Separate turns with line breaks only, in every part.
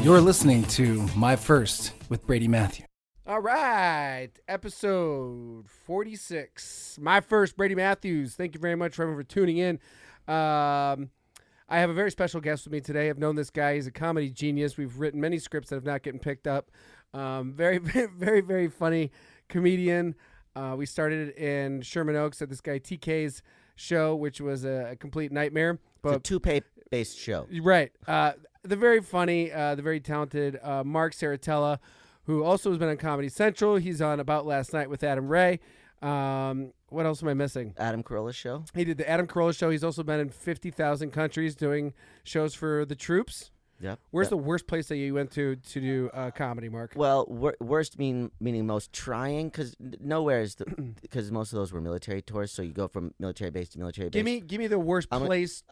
You're listening to My First with Brady Matthew.
All right, episode 46. My first, Brady Matthews. Thank you very much for everyone for tuning in. Um, I have a very special guest with me today. I've known this guy. He's a comedy genius. We've written many scripts that have not gotten picked up. Um, very, very, very, very funny comedian. Uh, we started in Sherman Oaks at this guy TK's show, which was a, a complete nightmare.
It's a
But
toupee based show.
You're Right. Uh, the very funny, uh, the very talented uh, Mark Saratella, who also has been on Comedy Central. He's on About Last Night with Adam Ray. Um, what else am I missing?
Adam Carolla show.
He did the Adam Carolla show. He's also been in 50,000 countries doing shows for the troops.
Yep.
Where's the worst place that you went to to do uh, comedy, Mark?
well, wor- worst mean meaning most trying because nowhere is the because most of those were military tours. So you go from military base to military base.
Give me, give me the worst
I'm a-
place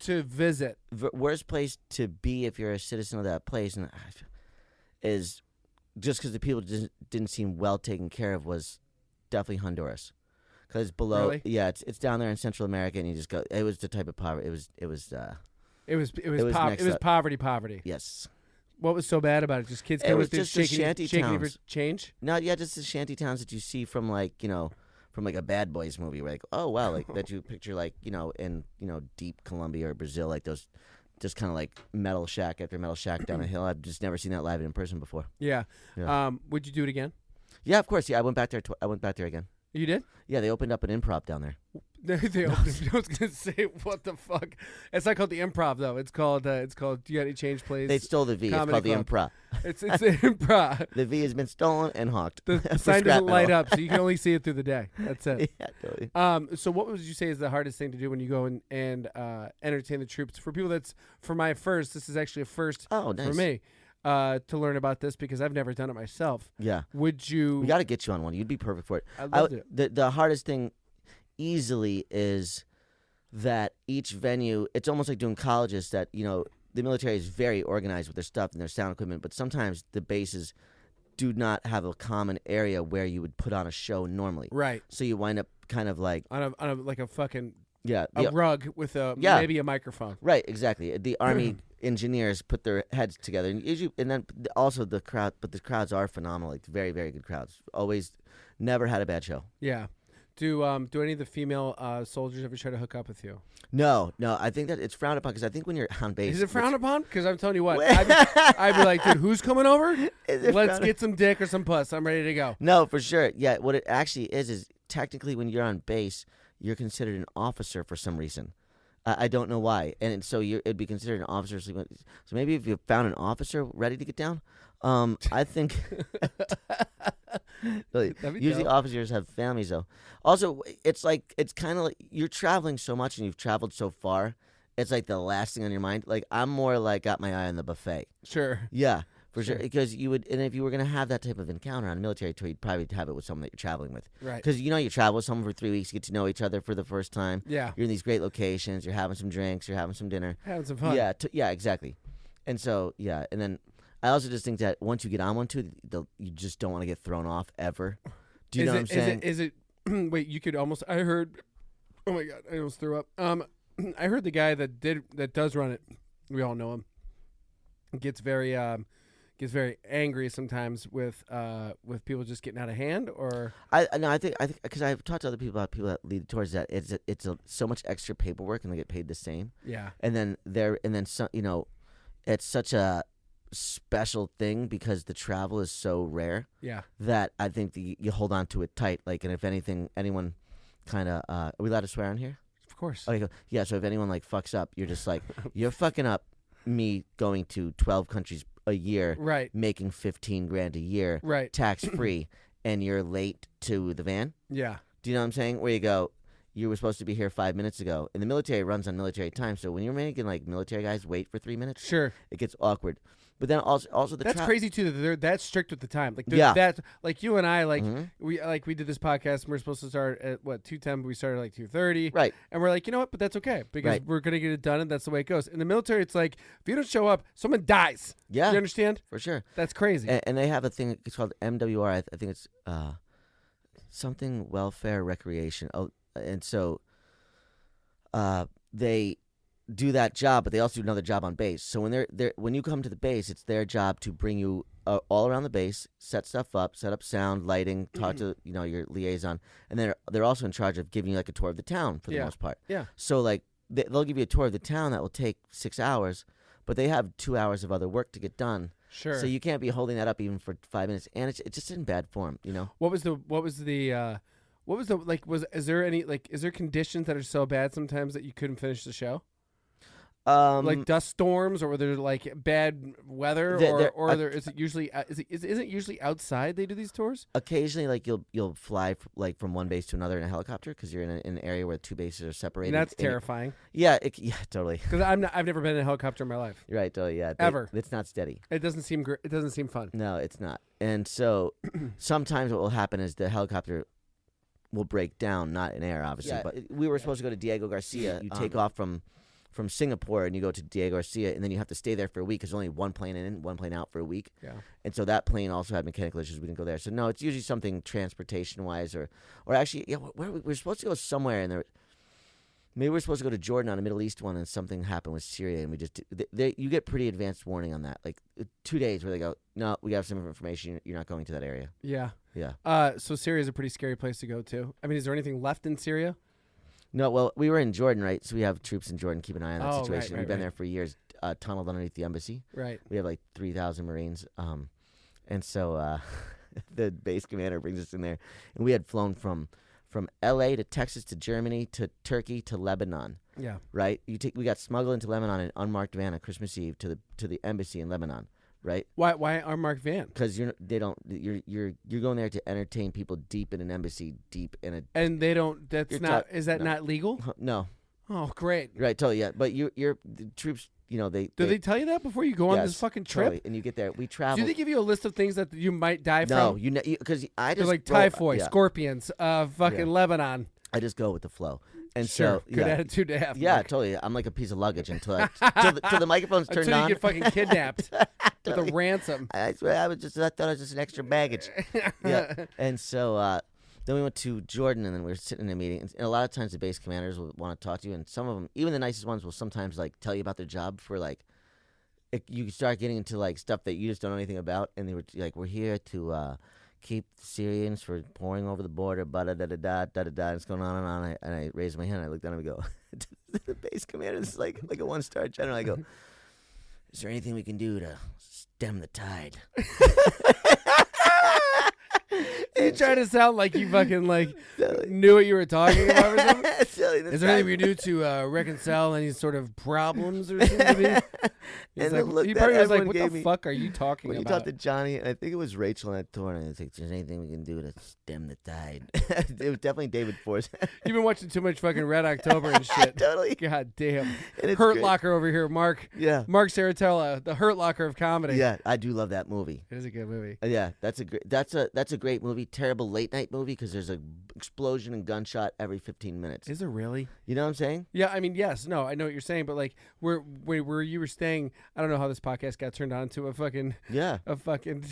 to visit.
v- worst place to be if you're a citizen of that place, and I f- is just because the people didn't, didn't seem well taken care of was definitely Honduras. Because below,
Really?
yeah, it's it's down there in Central America, and you just go. It was the type of poverty. It was it was uh
It was, it was,
It was
pov-
next
it was
up.
poverty, poverty.
yes.
What was so bad about it? Just kids
It
coming
was
through
just the
shaking,
shanty
shaking you for
towns.
change.
No, yeah, just the shanty towns that you see from like you know, from like a Bad Boys movie. Where like, oh wow, like that you picture like you know in you know deep Colombia or Brazil, like those, just kind of like metal shack after metal shack down a hill. I've just never seen that live in person before.
Yeah.
Yeah.
Um, would you do it again?
Yeah, of course. Yeah, I went back there. Tw- I went back there again.
You did?
Yeah, they opened up an improv down there.
They, they opened, I was gonna say what the fuck. It's not called the improv though. It's called uh, it's called you got any change plays.
They stole the V. It's
Comedy
called the
club.
improv.
it's it's an improv.
The V has been stolen and hawked.
The
for
sign
scrap
doesn't light
metal.
up, so you can only see it through the day. That's it.
yeah, totally.
Um, so what would you say is the hardest thing to do when you go and and uh, entertain the troops? For people that's for my first, this is actually a first
Oh, nice.
for me uh, to learn about this because I've never done it myself.
Yeah.
Would you?
We got to get you on one. You'd be perfect for it.
I
I
loved
w-
it.
The the hardest thing, easily, is that each venue. It's almost like doing colleges. That you know, the military is very organized with their stuff and their sound equipment, but sometimes the bases do not have a common area where you would put on a show normally.
Right
So you wind up kind of like
on a on a like a fucking
yeah,
a
the-
rug with a
Yeah.
maybe a microphone.
right, exactly. The army engineers put their heads together, and usually, and then also the crowd. But the crowds are phenomenal. Like very, very good crowds. Always, never had a bad show.
Yeah. Do um do any of the female uh, soldiers ever try to hook up with you?
No, no, I think that it's frowned upon because I think when you're on base,
Is it frowned upon? Because I'm telling you what,
Wait.
I'd be, I'd be like, dude, who's coming over?
Is it
Let's
frowned-
get some dick or some puss. I'm ready to go.
No, for sure. Yeah, what it actually is is technically when you're on base, you're considered an officer for some reason. I, I don't know why, and it- so you it'd be considered an officer. So you- so maybe if you found an officer ready to get down, um, I think. Really,
That'd be
usually
dope.
officers have families though. Also, it's like it's kind of like you're traveling so much and you've traveled so far. It's like the last thing on your mind. Like I'm more like got my eye on the buffet.
Sure.
Yeah, for sure.
Sure.
Because you would, and if you were going to have that type of encounter on a military tour, you'd probably have it with someone that you're traveling with.
Right.
Because you know you travel with someone for three weeks, you get to know each other for the first time.
Yeah.
You're in these great locations. You're having some drinks. You're having some dinner.
Having some fun.
Yeah. T- yeah. Exactly. And so yeah, and then I also just think that once you get on one too, the, you just don't want to get thrown off ever. Do you
is
know
it,
what I'm saying?
Is it, is it wait, you could almost I heard Oh my god, I almost threw up. Um I heard the guy that did that does run it, we all know him. Gets very um gets very angry sometimes with uh with people just getting out of hand or
I I- no, I think I think because I've talked to other people about people that lead towards that. It's a, it's a, so much extra paperwork and they get paid the same.
yeah.
and then there and then some you know it's such a special thing because the travel is so rare
Yeah.
that i think the, you hold on to it tight like and if anything anyone kind of uh are we allowed to swear on here
Of course.
okay cool. yeah so if anyone like fucks up you're just like you're fucking up me going to 12 countries a year
Right.
making 15 grand a year
Right.
tax free and you're late to the van
Yeah.
do you know what I'm saying? Where you go, you were supposed to be here five minutes ago, and the military runs on military time. So when you're making like military guys wait for three minutes,
Sure.
it gets awkward. But then also, also the
That's
tra-
crazy too that they're that strict with the time. Like yeah.
Yeah.
that like you and I like
Mhm.
we like we did this podcast and we're supposed to start at what two ten, but we started at, like two thirty.
Right.
And we're like, you know what, but that's okay because
Right.
we're gonna get it done and that's the way it goes. In the military it's like if you don't show up, someone dies.
Yeah,
You understand?
for sure.
That's crazy.
And, and they have a thing. It's called MWR. I, th- I think it's uh, something welfare recreation. Oh, and so uh, they do that job, but they also do another job on base. So when they're, they're when you come to the base, it's their job to bring you uh, all around the base, set stuff up, set up sound, lighting, talk to you know your liaison, and they're they're also in charge of giving you like a tour of the town for the
Yeah.
most part.
Yeah.
So like they, they'll give you a tour of the town that will take six hours, but they have two hours of other work to get done.
Sure.
So you can't be holding that up even for five minutes, and it's it's just in bad form, you know.
what was the what was the uh what was the like was is there any like is there conditions that are so bad sometimes that you couldn't finish the show?
Um,
like dust storms or were there like bad weather
There-
or
there-
or
uh,
there is it usually uh, is it is, isn't it usually outside they do these tours?
occasionally, like you'll you'll fly f- like from one base to another in a helicopter because you're in, a, in an area where two bases are separated.
And that's
and it-
terrifying
Yeah, it, c- yeah, totally.
because I'm not, I've never been in a helicopter in my life.
You're right, totally. Yeah, they-
Ever.
It's not steady.
It doesn't seem gr- it doesn't seem fun.
No, it's not. And so sometimes what will happen is the helicopter will break down, not in air, obviously. Yeah, but
it-
we were supposed to go to Diego Garcia. You take
um,
off from from Singapore and you go to Diego Garcia, and then you have to stay there for a week. There's only one plane in, one plane out for a week.
Yeah.
And so that plane also had mechanical issues. We didn't go there. So no, it's usually something transportation wise, or or actually, yeah, wh- where we, we are supposed to go somewhere, and there. Maybe we we're supposed to go to Jordan on a Middle East one, and something happened with Syria, and we just they, they, you get pretty advanced warning on that, like uh, two days where they go, no, we have some information, you're, you're not going to that area.
Yeah.
Yeah.
Uh, so Syria is a pretty scary place to go to. I mean, is there anything left in Syria?
No, well, we were in Jordan, right? So we have troops in Jordan. Keep an eye on that
Oh, right,
situation.
right,
We've been
right.
there for years, uh, tunneled underneath the embassy.
Right.
We have like three thousand Marines, um, and so uh, the base commander brings us in there, and we had flown from from L.A. to Texas to Germany to Turkey to Lebanon.
Yeah.
Right? You take we got smuggled into Lebanon in an unmarked van on Christmas Eve to the to the embassy in Lebanon. Right?
Why why our Mark Van?
Because you're they don't you're you're you're going there to entertain people deep in an embassy, deep in a
And they don't. That's
You're
not.
ta-
is that
no.
not legal?
no
Oh, great.
Right, totally. Yeah, but you, your the troops, you know, they
Do they tell you that before you go on this
yes,
fucking trip?
totally. and you get there. We travel.
Do they give you a list of things that you might die
no,
from?
you know, because I
They're
just
like
roll-
typhoid,
yeah,
scorpions, uh, fucking
Yeah.
Lebanon.
I just go with the flow, and
Sure,
so
good
yeah,
attitude to have.
yeah,
Mark.
totally. I'm like a piece of luggage until I, till, the, till the microphone's turned
until you
on.
get fucking kidnapped with a ransom.
I swear, I was just I thought it was just an extra baggage. yeah, and so uh, then we went to Jordan, and then we were sitting in a meeting. And a lot of times, the base commanders will want to talk to you, and some of them, even the nicest ones, will sometimes like tell you about their job for like. It, you start getting into like stuff that you just don't know anything about, and they were like, "We're here to uh, keep Syrians from pouring over the border." But da da da da da da. And it's going on and on. And I, and I raise my hand. I look down and I go, to "The base commander this is like like a one star general." I go, "Is there anything we can do to stem the tide?"
You try to sound like you fucking like knew what you were talking about. Or something.
Silly, the
Is there anything we
tide-
can do to uh, reconcile any sort of problems or something? He's like,
And the look
he
that
probably was like,
everyone
"What the
gave me
fuck are you talking
When you
about?"
talked to Johnny, and I think it was Rachel on that tour, and I was like, "There's anything we can do to stem the tide." it was definitely David Force.
You've been watching too much fucking Red October and shit.
totally.
God damn,
And it's
Hurt
great.
Locker over here, Mark.
Yeah,
Mark Saratella, the Hurt Locker of comedy.
yeah, I do love that movie.
it is a good movie.
Uh, Yeah, that's a great. That's a that's a great movie. Terrible late night movie because there's a explosion and gunshot every 15 minutes.
Is there really?
You know what I'm saying?
Yeah, I mean, yes, no, I know what you're saying, but like, where, where, where you were staying, I don't know how this podcast got turned on to a fucking,
Yeah,
a fucking.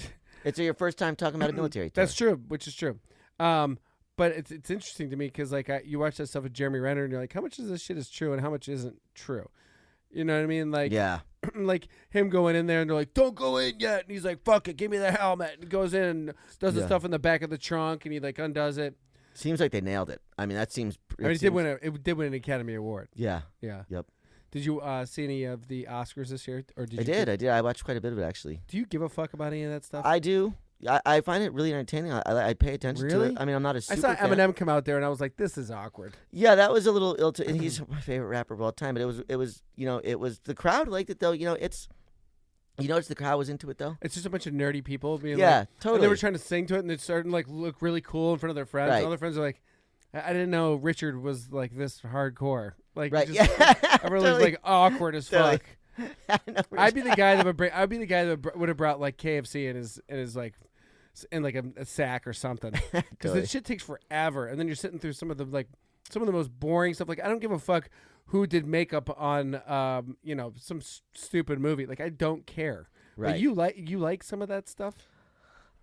it's your first time talking about a military tour.
That's true, which is true. Um, but it's it's interesting to me because like I, you watch that stuff with Jeremy Renner, and you're like, how much of this shit is true and how much isn't true? You know what I mean? Like,
yeah,
like him going in there and they're like, "Don't go in yet," and he's like, "Fuck it, give me the helmet." And goes in, and does the
Yeah.
stuff in the back of the trunk, and he like undoes it.
seems like they nailed it. I mean, that seems.
I mean,
it
it did
seems-
win a, it did win an Academy Award.
Yeah,
Yeah.
Yep.
Did you uh, see any of the Oscars this year, or did
I
you
did. I did. I watched quite a bit of it actually.
Do you give a fuck about any of that stuff?
I do. I, I find it really entertaining. I, I I pay attention to
Really?
it. I mean, I'm not a
I
super
saw
fan.
Eminem come out there, and I was like, "This is awkward."
Yeah, that was a little ill. To, and he's my favorite rapper of all time. But it was, it was, you know, it was the crowd liked it though. You know, it's, you notice the crowd was into it though.
It's just a bunch of nerdy people being
yeah,
like, and
totally.
they were trying to sing to it, and it started to, like look really cool in front of their friends.
Right.
And all their friends are like, "I, I didn't know Richard was like this hardcore." Like,
right?
just-
yeah,
everyone was
totally.
like awkward as
Totally.
fuck.
I know,
I'd be the guy that would bring. I'd be the guy that would have brought like KFC in his in his like s- in like a, a sack or something. Because
Totally.
that shit takes forever, and then you're sitting through some of the like some of the most boring stuff. Like I don't give a fuck who did makeup on um you know some s- stupid movie. Like I don't care. But
Right.
you like you like some of that stuff.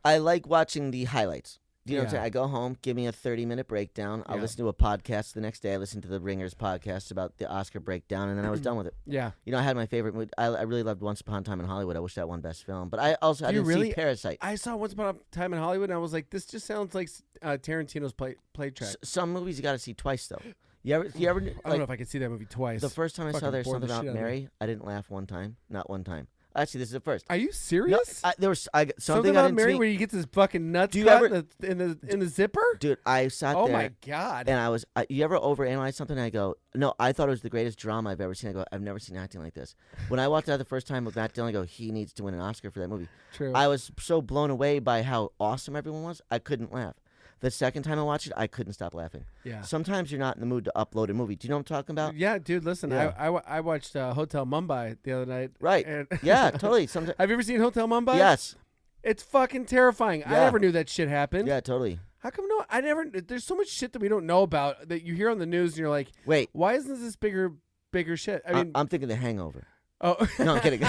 I like watching the highlights. Do you know what I'm
Yeah.
saying? I go home, give me a 30 minute breakdown. I'll
Yeah.
listen to a podcast the next day. I listened to the Ringers podcast about the Oscar breakdown, and then I was done with it.
Yeah.
You know, I had my favorite movie. I, I really loved Once Upon a Time in Hollywood. I wish that won Best Film, but I also I
Do you
didn't
really-
see Parasite.
I saw Once Upon a Time in Hollywood, and I was like, this just sounds like uh, Tarantino's play play track.
S- some movies you got to see twice though. You ever you ever kn-
I don't know if
like
I could see that movie twice.
the first time I saw
fucking
there's
bored
something
the
about
shit out of me.
Mary, I didn't laugh one time, not one time. Actually, this is the first.
Are you
No,
serious?
I, there was I,
something
got- something, I
about
didn't
Mary
see-
where you get this fucking nuts
Do you
cut
ever-
in, the, in the in the zipper?
dude. I sat
Oh
there.
my god!
And I was, I, you ever overanalyze something? And I go, no, I thought it was the greatest drama I've ever seen. I go, I've never seen acting like this. When I walked out the first time with Matt Dillon, I go, he needs to win an Oscar for that movie.
True.
I was so blown away by how awesome everyone was, I couldn't laugh. The second time I watched it, I couldn't stop laughing.
yeah. Uh,
Sometimes you're not in the mood to upload a movie. Do you know what I'm talking about?
Yeah, dude. Listen,
Yeah.
I, I wa- I watched uh, Hotel Mumbai the other night.
Right.
and-
yeah, totally. Sometimes.
Have you ever seen Hotel Mumbai?
Yes.
It's fucking terrifying. I
Yeah.
never knew that shit happened.
Yeah, totally.
How come no? I never. There's so much shit that we don't know about that you hear on the news, and you're like,
Wait,
why isn't this bigger, bigger shit? I
I
mean,
am thinking The Hangover.
oh,
No, I'm kidding.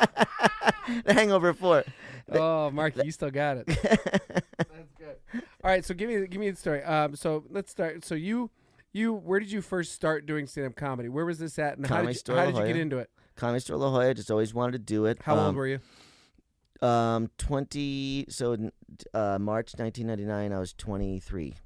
the Hangover 4.
oh, Mark, you still got it. That's good. All right, so give me give me the story. Um, so let's start. So you you where did you first start doing stand up comedy? Where was this at, and how
Comedy
did you,
Store,
how
La
did you get
Jolla.
into it?
Comedy Store La Jolla, just always wanted to do it.
How
Um,
old were you?
Um, twenty. So, in, uh, March nineteen ninety nine. I was twenty three.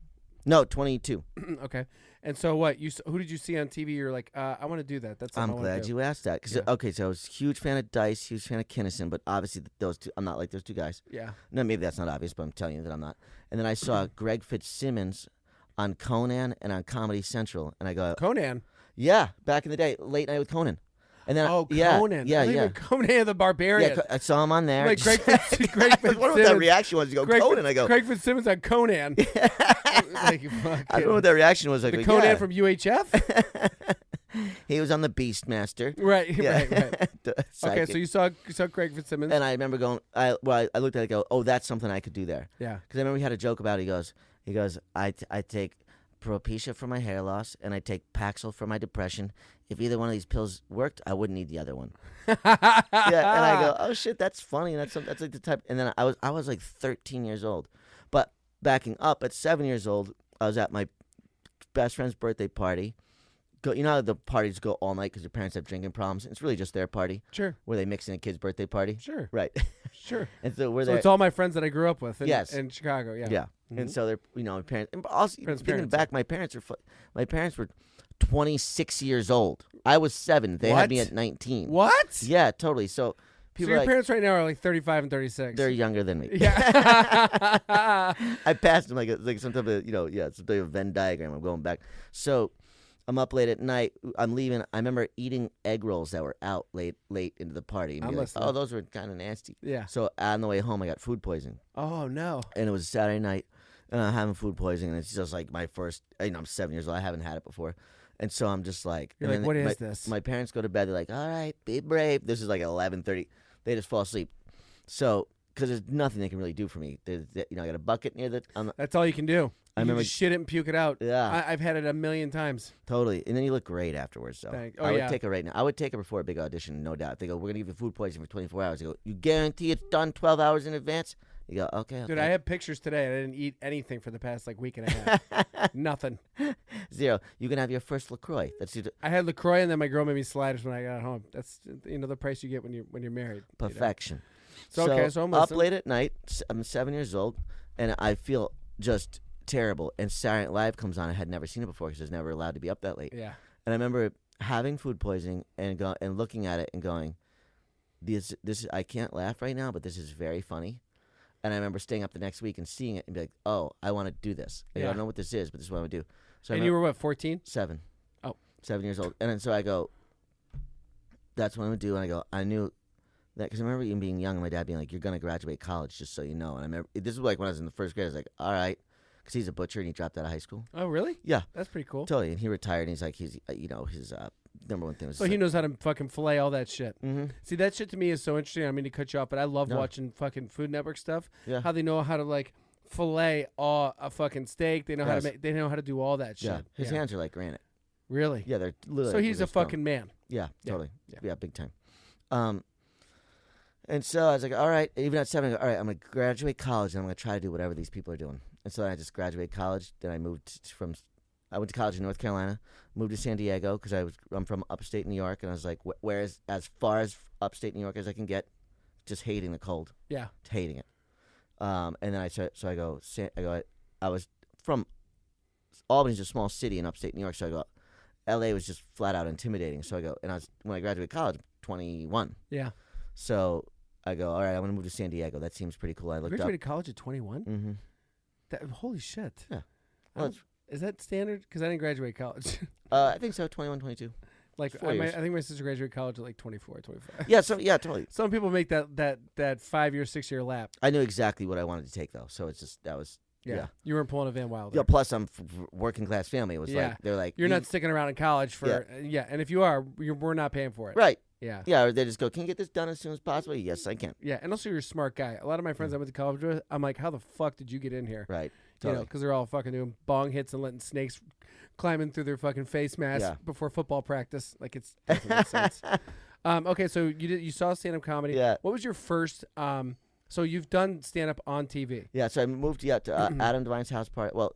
No, twenty two.
okay, and so what? You s- who did you see on TV? You're like, uh, I want to do that. That's something
I'm
I wanna
glad
do.
you asked that. 'cause,
Yeah.
okay, so I was a huge fan of Dice, huge fan of Kinnison, but obviously th- those two. I'm not like those two guys.
Yeah,
No, maybe that's not obvious, but I'm telling you that I'm not. And then I saw
Mm-hmm.
Greg Fitzsimmons on Conan and on Comedy Central, and I go,
Conan.
yeah, back in the day, late night with Conan. And then
Oh,
Uh, yeah,
Conan.
yeah,
I thought you
yeah.
meant Conan the Barbarian.
Yeah, Co- I saw him on there.
like Greg, Fitz, Greg
I wonder what that
Fitzsimmons.
reaction was. You go
Greg,
Conan. I go.
Craig Fitzsimmons on Conan. like, fuck
I don't know
it.
what that reaction was. I
the
go,
Conan
yeah.
from UHF.
he was on the Beastmaster.
right,
Yeah.
right, right.
The
Okay,
psychic.
so you saw you saw Craig Fitzsimmons.
and I remember going. I well, I, I looked at it. and Go, oh, that's something I could do there.
yeah.
Because I remember we had a joke about. It. He goes. He goes. I t- I take Propecia for my hair loss, and I take Paxil for my depression. If either one of these pills worked, I wouldn't need the other one. yeah, and I go, oh shit, that's funny. and That's some- that's like the type. And then I was I was like 13 years old, but backing up at seven years old, I was at my best friend's birthday party. Go, you know how the parties go all night because your parents have drinking problems. It's really just their party
Sure,
where they mix in a kid's birthday party,
sure,
right?
sure.
and so we're
So
there.
it's all my friends that I grew up with in,
Yes.
in Chicago. Yeah.
yeah. And so they're you know my parents. And also
Mm-hmm. Parents'
thinking
parents.
back, my parents were fu- my parents were 26 years old. I was seven. They had me
What?
at 19.
What? So
Yeah, totally. So people
your
are like,
parents right now are like 35 and 36.
they're younger than me.
yeah.
I passed him like a, like some type of you know yeah it's a bit of a Venn diagram. I'm going back, so I'm up late at night. I'm leaving. I remember eating egg rolls that were out late late into the party. And
I'm
be like,
listening.
oh, those were kind of nasty.
yeah.
So on the way home, I got food poisoning,
Oh no.
and it was a Saturday night, and I'm having food poisoning, and it's just like my first. You know, I'm seven years old. I haven't had it before, and so I'm just like,
You're
and
like, "What
then my,
is this?"
My parents go to bed. They're like, all right, be brave. This is like 11:30. They just fall asleep. So. Because there's nothing they can really do for me. There's, you know, I got a bucket near the on the,
That's all you can do. you
I remember-
just shit it and puke it out.
Yeah.
I, I've had it a million times.
Totally. And then you look great afterwards, though.
Thank- oh,
I would
yeah.
take it right now. I would take it before a big audition, no doubt. If they go, we're going to give you food poisoning for 24 hours. You go, you guarantee it's done 12 hours in advance? You go, okay. okay.
Dude, I have pictures today. and I didn't eat anything for the past like week and a half. Nothing.
Zero. You can have your first LaCroix. That's your
I had Lacroix, and then my girl made me sliders when I got home. That's you know the price you get when you when you're married. you know?
perfection.
So, okay, so I'm
up
listening.
late at night. s- I'm seven years old, and I feel just terrible. And Saturday Night Live comes on. I had never seen it before because I was never allowed to be up that late.
Yeah.
And I remember having food poisoning and go and looking at it and going, "This, this, I can't laugh right now, but this is very funny." And I remember staying up the next week and seeing it and be like, "Oh, I want to do this. Like,
Yeah.
I don't know what this is, but this is what I would do." So I
and you were what 14?
seven.
Oh.
Seven years old. And then so I go, that's what I'm going to do. And I go, I knew that because I remember even being young and my dad being like, you're going to graduate college, just so you know. And I remember, this is like when I was in the first grade, I was like, all right. Because he's a butcher and he dropped out of high school.
Oh, really?
Yeah.
That's pretty cool.
Totally. And he retired and he's like, he's, uh, you know, his uh, number one thing was.
So he knows how to fucking fillet all that shit.
hmm
See, that shit to me is so interesting. I mean, to cut you off, but I love
No.
watching fucking Food Network stuff.
mm-hmm. Yeah.
How they know how to like fillet all a fucking steak. They know how to
Yes.
make. They know how to do all that shit.
Yeah. His
Yeah.
hands are like granite.
Really.
Yeah. They're literally.
so he's a
they're strong.
fucking man.
Yeah,
Yeah,
totally.
yeah.
Yeah, big time. Um, And so I was like, all right, even at seven, I go, all right, I'm going to graduate college and I'm going to try to do whatever these people are doing. And so I just graduated college. Then I moved t- from, I went to college in North Carolina, moved to San Diego because I was, I'm from upstate New York. And I was like, wh- where is, as far as upstate New York as I can get, just hating the cold,
Yeah.
hating it. Um, and then I, so, so I go, San, I go, I, I was from, Albany's a small city in upstate New York. So I go, LA was just flat out intimidating. So I go, and I was, when I graduated college, 21.
Yeah.
So I go, all right, I'm gonna move to San Diego. That seems pretty cool. I looked up.
Graduated college at 21?
Mm-hmm.
That, holy shit.
Yeah.
I
Well,
don't- is that standard? Because I didn't graduate college.
Uh, I think so. 21, 22.
like,
four
I, my, I
years.
think my sister graduated college at like 24, 25.
Yeah. So yeah, totally.
Some people make that, that, that five year, six year lap.
I knew exactly what I wanted to take though. So it's just that was
Yeah.
Yeah.
You weren't pulling a Van Wilder.
yeah. Plus, I'm f- f- working class family. It was
Yeah.
like they're like
You're
"You-
not sticking around in college for, uh, yeah. and if you are, you're, we're not paying for it.
right.
Yeah.
Yeah. Or they just go, can you get this done as soon as possible? Yes, I can.
Yeah, and also you're a smart guy. A lot of my
Mm.
friends I went to college with, I'm like, how the fuck did you get in here?
Right.
You know,
Totally.
because they're all fucking doing bong hits and letting snakes climbing through their fucking face mask
Yeah.
before football practice. Like it's doesn't make sense. Um, okay, so you did you saw stand up comedy.
Yeah.
What was your first? Um, so you've done stand up on TV.
Yeah. So I moved yeah to uh, Adam Devine's house party. Well,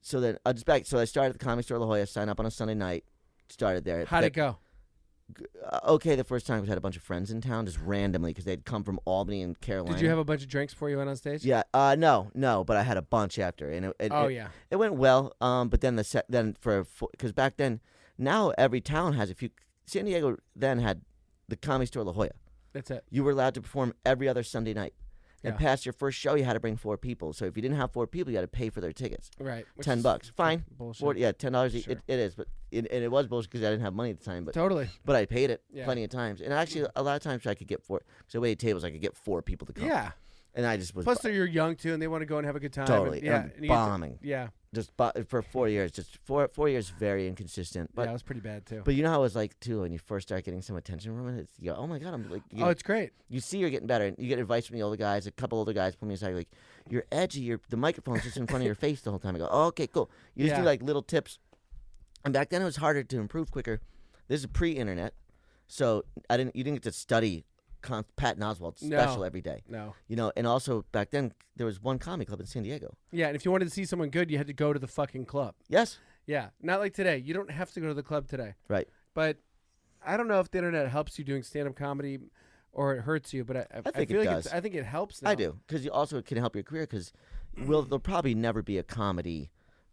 so then I just back. So I started at the comedy store La Jolla. Signed up on a Sunday night. Started there.
How'd
That-
it go?
uh, okay the first time because I had a bunch of friends in town just randomly because they'd come from Albany and Carolina.
Did you have a bunch of drinks before you went on stage?
Yeah. Uh, no, no, but I had a bunch after, and it, it,
Oh
it,
yeah.
it went well. Um, but then the se- then for because back then, now every town has a few. San Diego then had the Comedy Store La Jolla.
That's it.
You were allowed to perform every other Sunday night. And
Yeah.
past your first show, you had to bring four people. So if you didn't have four people, you had to pay for their tickets.
Right. which
ten
is
bucks, fine.
Bullshit.
Four, yeah, ten dollars.
Sure.
It, it is, but it, and it was bullshit because I didn't have money at the time. But
Totally.
but I paid it
Yeah.
plenty of times, and actually a lot of times I could get four. Because I waited tables, I could get four people to come.
Yeah.
and I just was
Plus, they're you're young too, and they want to go and have a good time. and-
Totally. And
yeah.
I'm
you get to-
bombing.
yeah.
just bu- for four years, just four four years, very inconsistent. But
yeah. It was pretty bad too.
but you know how it was like too when you first start getting some attention from it. It's, you go, oh my god, I'm like you,
oh, it's great.
you see you're getting better, and you get advice from the older guys. A couple older guys pull me aside like, you're edgy. You're the microphone's just in front of your face the whole time. I go, oh, okay, cool. You just do
Yeah.
like little tips, and back then it was harder to improve quicker. This is pre-internet, so I didn't you didn't get to study. Con- Pat Oswald's
No.
special every day.
No.
You know, and also back then there was one comedy club in San Diego.
Yeah, and if you wanted to see someone good, you had to go to the fucking club.
Yes,
Yeah, not like today. You don't have to go to the club today.
right.
But I don't know if the internet helps you doing stand-up comedy or it hurts you. But I, I,
think
feel
it
like
does.
It's, I think it helps.
I
now.
do because you also it can help your career because will there'll probably never be a comedy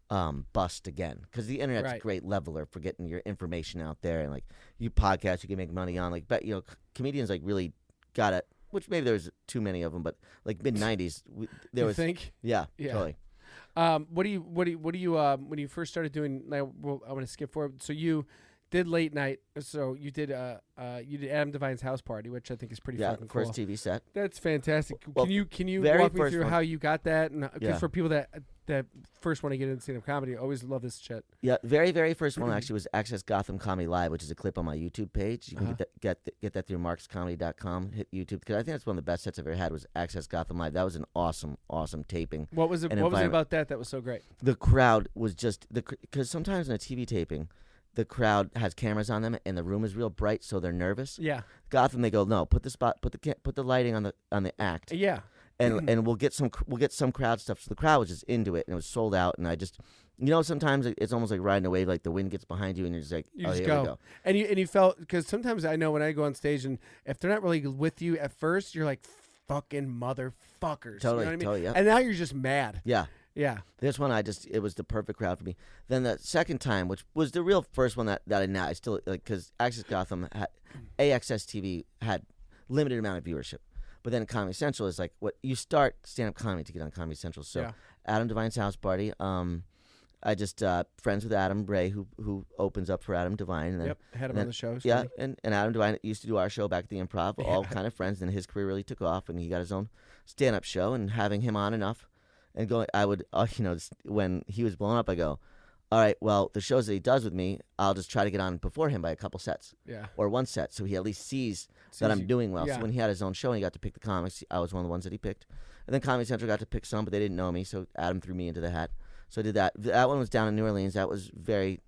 um, bust again because the internet's
Right.
a great leveler for getting your information out there and like you podcast you can make money on like but you know c- comedians like really got it which maybe there was too many of them but like mid nineties
you
there was
think?
yeah,
Yeah.
totally
Um, what do you? What do you? What do you? Um, when you first started doing, now, well, I'm going to skip forward. So you did late night. So you did. Uh, uh, you did Adam Devine's house party, which I think is pretty
yeah
fucking cool.
first TV set
That's fantastic.
Well,
can you can you
very
walk me
first
through
one-
how you got that? And uh, 'cause
Yeah.
for people that that first want to get into stand up comedy, I always love this shit.
yeah very very first one actually was Access Gotham Comedy Live which is a clip on my YouTube page you can
Uh-huh.
get that get, th- get that through markscomedy.com hit YouTube because I think that's one of the best sets I've ever had was Access Gotham Live that was an awesome awesome taping
What was it?
An
What was it
environment.
about that that was so great?
the crowd was just the because sometimes in a TV taping, the crowd has cameras on them and the room is real bright, so they're nervous.
Yeah,
Gotham, they go, no, put the spot, put the ca- put the lighting on the on the act,
yeah, Mm-hmm.
and and we'll get some cr- we'll get some crowd stuff. So the crowd was just into it and it was sold out, and I just. You know, sometimes it- it's almost like riding a wave. Like the wind gets behind you, and you're just like,
you
"Oh,
just
here
go.
we go."
and you and you felt because sometimes I know when I go on stage and if they're not really with you at first, you're like fucking motherfuckers. you know
Totally,
what I mean?
totally, yeah.
And now you're just mad.
Yeah,
Yeah,
this one I just it was the perfect crowd for me. Then the second time, which was the real first one that that I now I still like because Access Gotham had AXS TV had limited amount of viewership, but then Comedy Central is like what you start stand up comedy to get on Comedy Central. So
Yeah.
Adam Devine's house party. Um, I just uh, friends with Adam Ray who who opens up for Adam Devine. And then,
yep. Had him
and
on
then-
the show. so-
yeah, and, and Adam Devine used to do our show back at the improv, all kind of friends, and his career really took off and he got his own stand up show and having him on enough and going I would uh, you know, just when he was blown up I go, All right, well, the shows that he does with me, I'll just try to get on before him by a couple sets
yeah.
or one set so he at least sees
Sees
that I'm
you-
doing well.
yeah.
So when he had his own show and he got to pick the comics, I was one of the ones that he picked. And then Comedy Central got to pick some, but they didn't know me, so Adam threw me into the hat. So I did that. That one was down in New Orleans. That was very,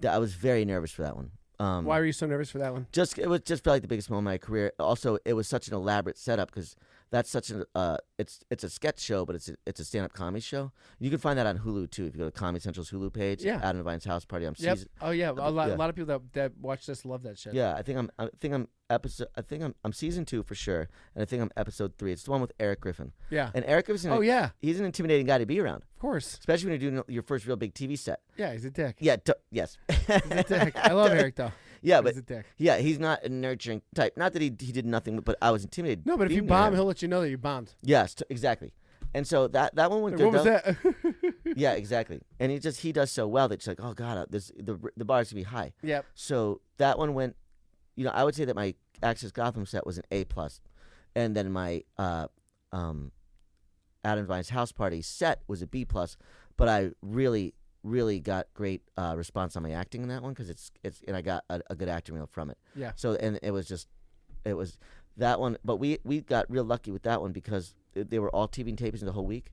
that- I was very nervous for that one. Um,
Why were you so nervous for that one?
just it was just felt like the biggest moment of my career. Also, it was such an elaborate setup because that's such an uh, it's it's a sketch show, but it's a, it's a stand up comedy show. You can find that on Hulu too if you go to Comedy Central's Hulu page.
Yeah.
Adam Devine's house party. I'm
Yep.
season.
Oh yeah, a lot,
yeah.
a lot of people that, that watch this love that shit.
Yeah, I think I'm I think I'm episode I think I'm I'm season two for sure, and I think I'm episode three. It's the one with Eric Griffin.
Yeah.
And Eric Griffin's an,
oh yeah,
he's an intimidating guy to be around,
of course.
especially when you're doing your first real big TV set.
Yeah, he's a dick.
Yeah. T- yes.
He's a dick. I love Eric though.
Yeah,
He's
but
a dick.
yeah, he's not a nurturing type. Not that he he did nothing, but I was intimidated.
No, but if you
being near
bomb,
him.
he'll let you know that you bombed.
Yes, t- exactly. And so that that one went
Like, what
good.
was
though.
that?
Yeah, exactly. And he just he does so well that she's like, oh god, uh, this the the bar's gonna be high.
yep.
So that one went. You know, I would say that my Access Gotham set was an A plus, and then my uh, um, Adam Vine's house party set was a B plus. But I really, really got great uh, response on my acting in that one because it's it's and I got a, a good acting reel from it.
Yeah.
So and it was just, it was that one. But we we got real lucky with that one because th- they were all TV and tapings the whole week,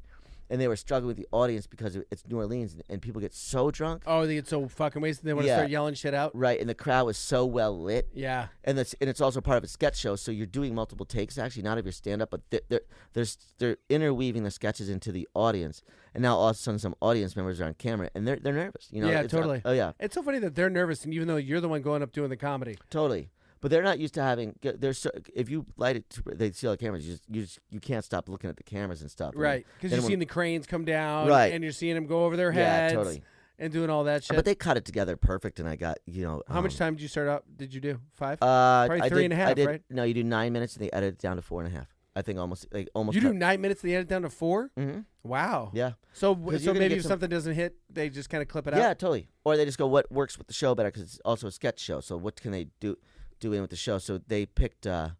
and they were struggling with the audience because it- it's New Orleans and, and people get so drunk,
Oh, they get so fucking wasted. They want to
Yeah.
start yelling shit out.
right? And the crowd was so well lit,
Yeah.
and that's and it's also part of a sketch show, so you're doing multiple takes actually, not of your stand up, but they're, they're they're s- they're interweaving the sketches into the audience, and now all of a sudden some audience members are on camera and they're they're nervous, you know?
Yeah,
It's not-
totally.
oh yeah,
It's so funny that they're nervous, and even though you're the one going up doing the comedy.
Totally. But they're not used to having. g- They're so, if you light it, to, they see all the cameras. You just, you just, you can't stop looking at the cameras and stuff.
Right. Because
Then
you're
when-
seeing the cranes come down.
Right.
And you're seeing them go over their
Yeah,
heads.
totally.
And doing all that shit.
But they cut it together perfect, and I got you know
How much
um,
time did you start out? Did you do five?
Uh,
Probably
I
three
did,
and a
I
half,
did,
right?
No, you do nine minutes, and they edit it down to four and a half. I think almost like almost.
you do Oh. nine minutes. They edit it down to four.
hmm
Wow.
Yeah.
So
'Cause
w-
you're
so
gonna
maybe
get
if
some-
something doesn't hit, they just kind of clip it
Yeah,
out.
totally. Or they just go, what works with the show better? Because it's also a sketch show. So what can they do do in with the show? So they picked because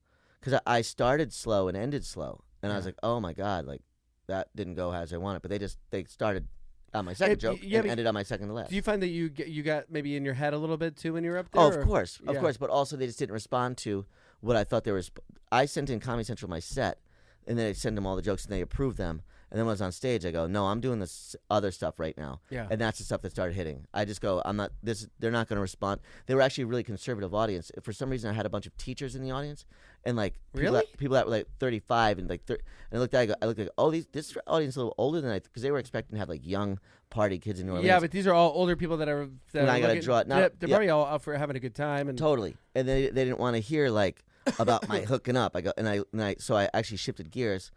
I I started slow and ended slow, and I was
Yeah.
like, oh my god, like that didn't go as I wanted. But they just they started on my second
It-
joke
yeah,
and
but
ended on my second to last.
Do you find that you get, you got maybe in your head a little bit too when you were up there?
oh, of
or-
course, of
yeah.
course. But also they just didn't respond to what I thought they were. resp- I sent in Comedy Central my set, and then I send them all the jokes, and they approved them. And then when I was on stage, I go, no, I'm doing this other stuff right now.
Yeah.
and that's the stuff that started hitting. I just go, I'm not this. They're not going to respond. They were actually a really conservative audience. For some reason, I had a bunch of teachers in the audience, and like people
Really?
that, people that were like 35 and like thir- and I looked at, I, go, I looked like, oh, these this audience is a little older than I because they were expecting to have like young party kids in New Orleans.
Yeah, but these are all older people that are. That
And
are
I gotta
looking-
draw it now.
They're, they're
Yeah.
probably all out for having a good time and.
totally. And they they didn't want to hear like about my hooking up. I go and I and I so I actually shifted gears.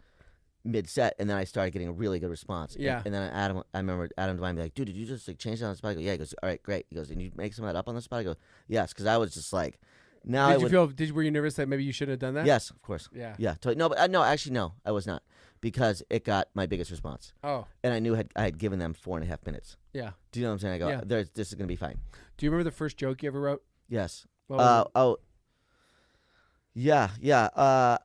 Mid set, and then I started getting a really good response. And-
Yeah.
And, then Adam, I remember Adam Devine be like, "Dude, did you just like change that on the spot?" I go, "Yeah." He goes, "All right, great." He goes, "And you make some of that up on the spot?" I go, "Yes," because I was just like, "Now I
Did you
would."
feel? Did were you nervous that maybe you shouldn't have done that?
yes, of course.
Yeah.
Yeah, totally. No, but uh, no, actually, no, I was not because it got my biggest response,
Oh,
and I knew had, I had given them four and a half minutes.
yeah.
Do you know what I'm saying? I go,
Yeah.
"There's this is gonna be fine."
Do you remember the first joke you ever wrote?
Yes.
What was
Uh,
it?
oh. Yeah, yeah, uh,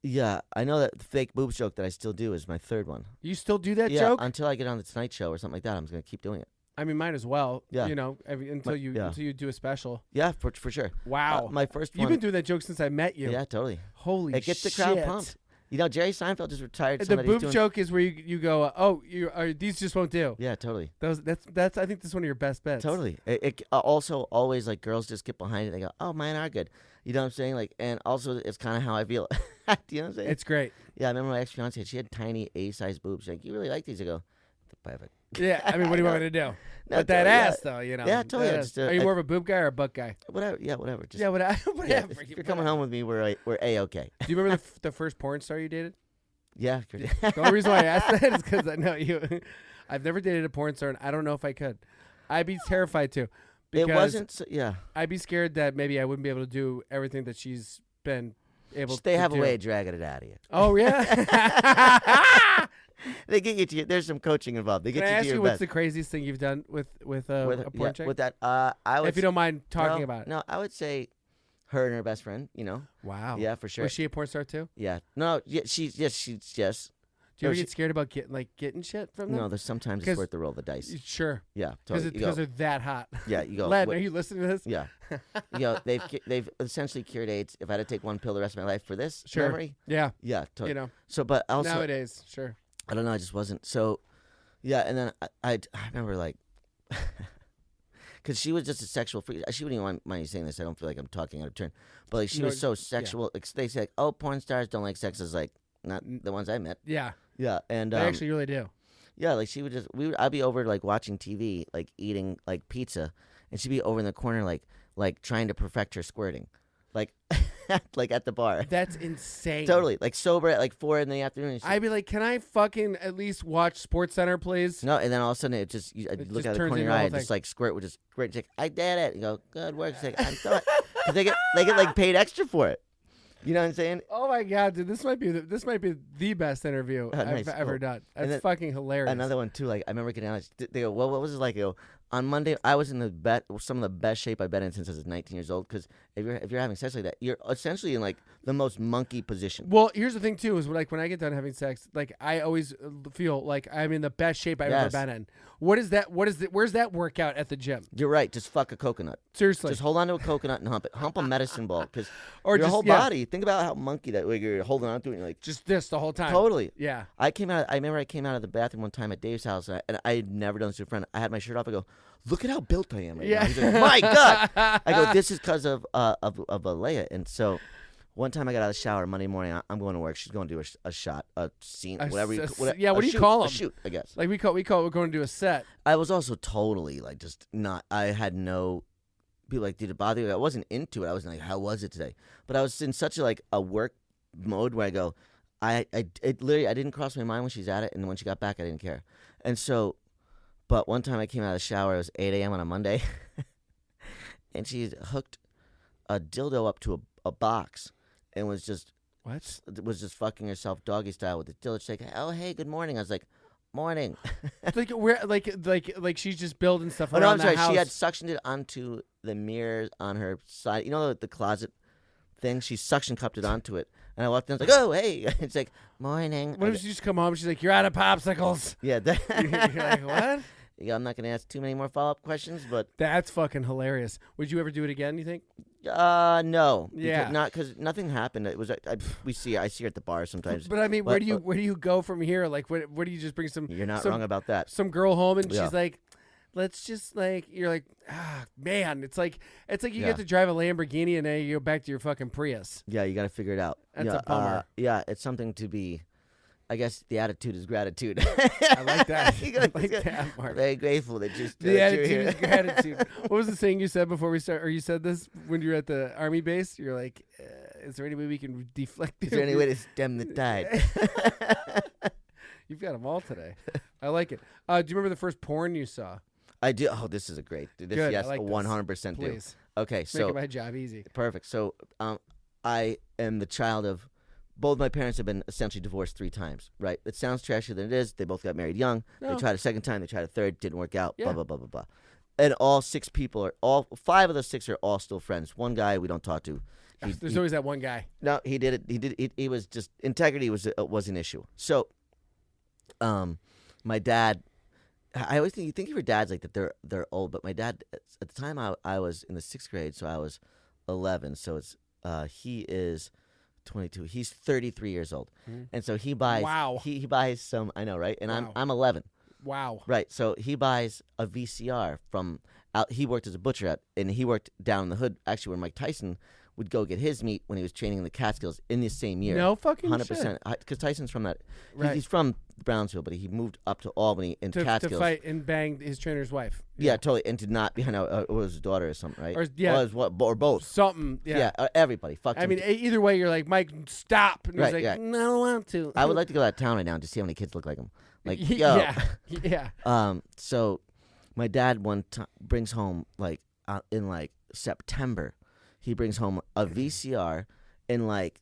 yeah. I know that the fake boobs joke that I still do is my third one.
you still do that
yeah,
joke?
until I get on the Tonight Show or something like that, I'm just gonna keep doing it.
I mean, mine as well.
Yeah.
You know, every, until you
yeah.
until you do a special.
Yeah, for for sure. Uh,
Wow.
my first
You've
one.
been doing that joke since I met you.
yeah, totally.
Holy
it gets
shit.
the crowd pumped. You know, Jerry Seinfeld just retired.
The
somebody who's
boob
doing-
joke is where you, you go, uh, oh, you are, these just won't do.
Yeah, totally,
Those that's that's I think that's one of your best bets.
totally. It, it uh, also always like girls just get behind it. They go, "Oh, mine are good." You know what I'm saying? Like, and also it's kind of how I feel. Do you know what I'm saying?
It's great.
yeah, I remember my ex fiance. She had tiny A size boobs. She's like, "You really like these?" I go, "Perfect."
Yeah. I mean, what do you want me to do?
No,
But that
totally, yeah.
ass though, you know.
Yeah, totally,
that
I
ass.
just, uh,
are you
I-
more of a boob guy or a butt guy?
Whatever. Yeah, whatever. Just,
yeah, what I,
yeah,
whatever.
if you're coming home with me, we're a- we're a okay.
Do you remember the, f- the first porn star you dated?
Yeah. you're-
The only reason why I asked that is because I know you. I've never dated a porn star, and I don't know if I could. I'd be terrified too.
It
Because
wasn't. So, yeah.
I'd be scared that maybe I wouldn't be able to do everything that she's been able.
They
to
have a
do.
way of dragging it out of you.
Oh yeah.
They get you to. Your, there's some coaching involved. They
Can
get
I
you
ask
to
you
your
what's
best.
the craziest thing you've done with with, uh,
with,
a
yeah,
porn chick?
with that, uh, I would.
if you don't mind talking
no,
about it.
No, I would say her and her best friend. You know.
Wow.
Yeah, for sure.
Oh. Was she a porn star too?
yeah. No. Yeah. She's yes. She's yes.
Do you
No,
ever
she-
get scared about getting like getting shit from them?
No. There's sometimes
'Cause-
it's worth the roll of the dice.
Sure.
Yeah.
Because
Totally. You
because
go,
they're that hot.
yeah. You go.
Len,
what-
are you listening to this?
Yeah. you know, they've cu- they've essentially cured AIDS. If I had to take one pill the rest of my life for this
Sure.
memory.
Yeah.
Yeah. Totally.
You know.
So, but also
nowadays, sure.
I don't know. I just wasn't. So, yeah. And then I, I, I remember like, because she was just a sexual freak. She wouldn't even mind- mind me saying this. I don't feel like I'm talking out of turn, but like she
No,
was so sexual. Like, they say, like, oh, porn stars don't like sex. Is like not the ones I met.
Yeah,
Yeah, and
they
um,
actually really do.
yeah, like she would just we would I'd be over like watching TV, like eating like pizza, and she'd be over in the corner like like trying to perfect her squirting, like like at the bar.
That's insane.
Totally, like sober at like four in the afternoon. and she-
I'd be like, can I fucking at least watch Sports Center, please?
No, and then all of a sudden it just you, I'd
It
look
just
out of the
turns
corner of
into
your
a
eye,
whole
and just
thing.
like squirt would just squirt, and she's like, I did it. You go, good work. She's like, I thought 'Cause they get they get like paid extra for it. You know what I'm saying?
Oh my god, dude, this might be the, this might be the best interview
Oh,
I've
nice,
ever
cool.
done.
And
That's
then
fucking hilarious.
Another one too. Like I remember getting out. like, They go, well, what was it like? I go, on Monday, I was in the bet some of the best shape I've been in since I was 19 years old. Because if you're if you're having sex like that, you're essentially in like the most monkey position.
Well, here's the thing too is like when I get done having sex, like I always uh, feel like I'm in the best shape I've
Yes.
ever been in. What is that? What is that? Where's that workout at the gym?
You're right. Just fuck a coconut.
Seriously,
Just hold on to a coconut and hump it. Hump a medicine ball because
Or
your
just-
whole
yeah.
body. Think about how monkey that like, you're holding on to it. And you're like
just this the whole time.
totally.
Yeah.
I came out. I remember I came out of the bathroom one time at Dave's house, and I, and I had never done this to a friend. I had my shirt off. I go, "Look at how built I am!" Right
Yeah.
Now. He's like, "My God!" I go, "This is because of uh, of of Alea." And so, one time I got out of the shower Monday morning. I, am going to work. She's going to do a, sh- a shot, a scene,
A
whatever. you,
s-
ca- whatever
yeah, what
a
do you
shoot,
call
A
'em?
shoot, I guess.
Like we call we call it, we're going to do a set.
I was also totally like just not. I had no. People like, did it bother you? I wasn't into it. I was like, how was it today? But I was in such a like a work mode where I go, I, I it literally I didn't cross my mind when she's at it, and when she got back, I didn't care. And so, but one time I came out of the shower. It was eight a.m. on a Monday, and she hooked a dildo up to a, a box and was just
What?
was just fucking herself doggy style with the dildo. She's like, oh hey, good morning. I was like, morning.
It's like we're like like like she's just building stuff
Oh
around
no, I'm
the
sorry.
house.
She had suctioned it onto the mirrors on her side. You know the, the closet thing. She suction cupped it onto it, and I walked in. I was like, "Oh, hey!" It's like morning.
what
I
if
go-
she just come home? She's like, you're out of popsicles.
yeah, that-
You're like, what?
Yeah, I'm not gonna ask too many more follow up questions, but
That's fucking hilarious. Would you ever do it again? You think?
uh, no, Because-
Yeah.
not because nothing happened. It was I, I, we see I see her at the bar sometimes.
But I mean, where
But-
do you
but-
where do you go from here? Like, what what do you just bring some?
You're not
some,
wrong about that.
some girl home and
Yeah.
she's like, let's just like you're like, ah man, it's like it's like you
Yeah.
get to drive a Lamborghini and then you go back to your fucking Prius.
Yeah, you got to figure it out.
That's
yeah,
a bummer.
uh, yeah, it's something to be. I guess the attitude is gratitude.
I like that.
You
I
gotta-
like that, Mark.
Very grateful that you. that
The
you're
attitude
here.
is gratitude. what was the saying you said before we start? Or you said this when you were at the army base? You're like, uh, is there any way we can deflect?
Is there any way to stem the tide?
You've got them all today. I like it. Uh, do you remember the first porn you saw?
I do. Oh, this is a great. This,
Good, I
yes,
like this.
one hundred percent. do.
Please
Okay,
make
so
it my job easy.
perfect. So, um, I am the child of both my parents have been essentially divorced three times. Right? It sounds trashier than it is. They both got married young.
No.
They tried a second time. They tried a third. Didn't work out.
Yeah.
Blah blah blah blah blah. And all six people are all five of the six are all still friends. One guy we don't talk to. He,
There's
he-
always that one guy.
no, he did it. He did. It, it was just integrity was uh, was an issue. So, um, my dad. I always think you think of your dads like that they're they're old, but my dad at the time I I was in the sixth grade, so I was eleven. So it's uh he is twenty two. He's thirty three years old, and so he buys
Hmm. Wow.
he, he buys some I know right, and I'm
Wow.
I'm eleven.
Wow.
Right. So he buys a VCR from out. He worked as a butcher at, and he worked down in the hood, actually, where Mike Tyson would go get his meat when he was training in the Catskills in the same year.
No fucking
hundred
shit.
percent. Because Tyson's from that. he's-
Right.
He's from Brownsville, but he moved up to Albany in
to, to
Catskills.
fight and bang his trainer's wife.
Yeah, totally. And did not, you know, uh, it was his daughter or something, right?
Or- yeah.
Or, his what, or both.
Something. Yeah.
Yeah. uh, everybody. Fuck.
I mean, e- either way, you're like, Mike, stop. And he's
Right,
like,
yeah.
no, I don't want to.
I would like to go out of town right now and just see how many kids look like him. Like,
Y-
yo.
Yeah. Yeah.
Um, so my dad one time brings home like uh, in like September, he brings home a VCR and like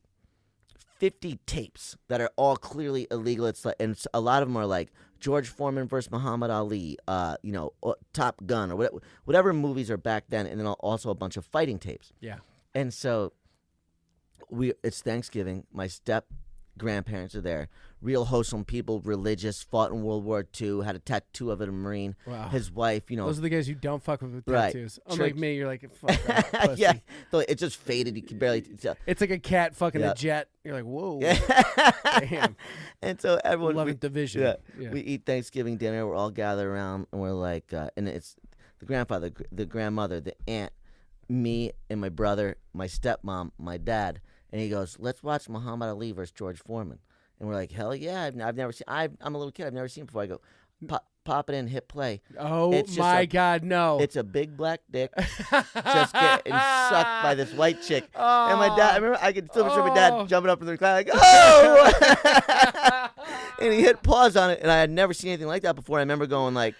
fifty tapes that are all clearly illegal. It's like, and s- a lot of them are like George Foreman versus Muhammad Ali, uh, you know, or Top Gun or whatever, whatever movies are back then, and then al- also a bunch of fighting tapes.
Yeah.
And so we it's Thanksgiving. My step grandparents are there. Real wholesome people, religious, fought in World War II, had a tattoo of it, a Marine.
Wow.
His wife, you know.
Those are the guys you don't fuck with with
Right.
tattoos. Unlike
Church-
me, you're like, fuck off, pussy.
yeah, though it just faded. You could barely tell.
It's like a cat fucking
Yeah.
a jet. You're like, whoa.
Damn.
Damn.
and so everyone, we-
Eleventh division.
Yeah. We eat Thanksgiving dinner. We're all gathered around, and we're like, uh, and it's the grandfather, the gr- the grandmother, the aunt, me and my brother, my stepmom, my dad, and he goes, "Let's watch Muhammad Ali versus George Foreman." And we're like, "Hell yeah! I've, I've never seen. I've, I'm a little kid. I've never seen it before." I go, "Pop, pop it in, hit play."
Oh
It's just
my
a-
God, no!
It's a big black dick just getting sucked by this white chick. And my dad, I remember I could still picture my
Oh.
dad jumping up in the cloud like, oh! and he hit pause on it, and I had never seen anything like that before. I remember going like,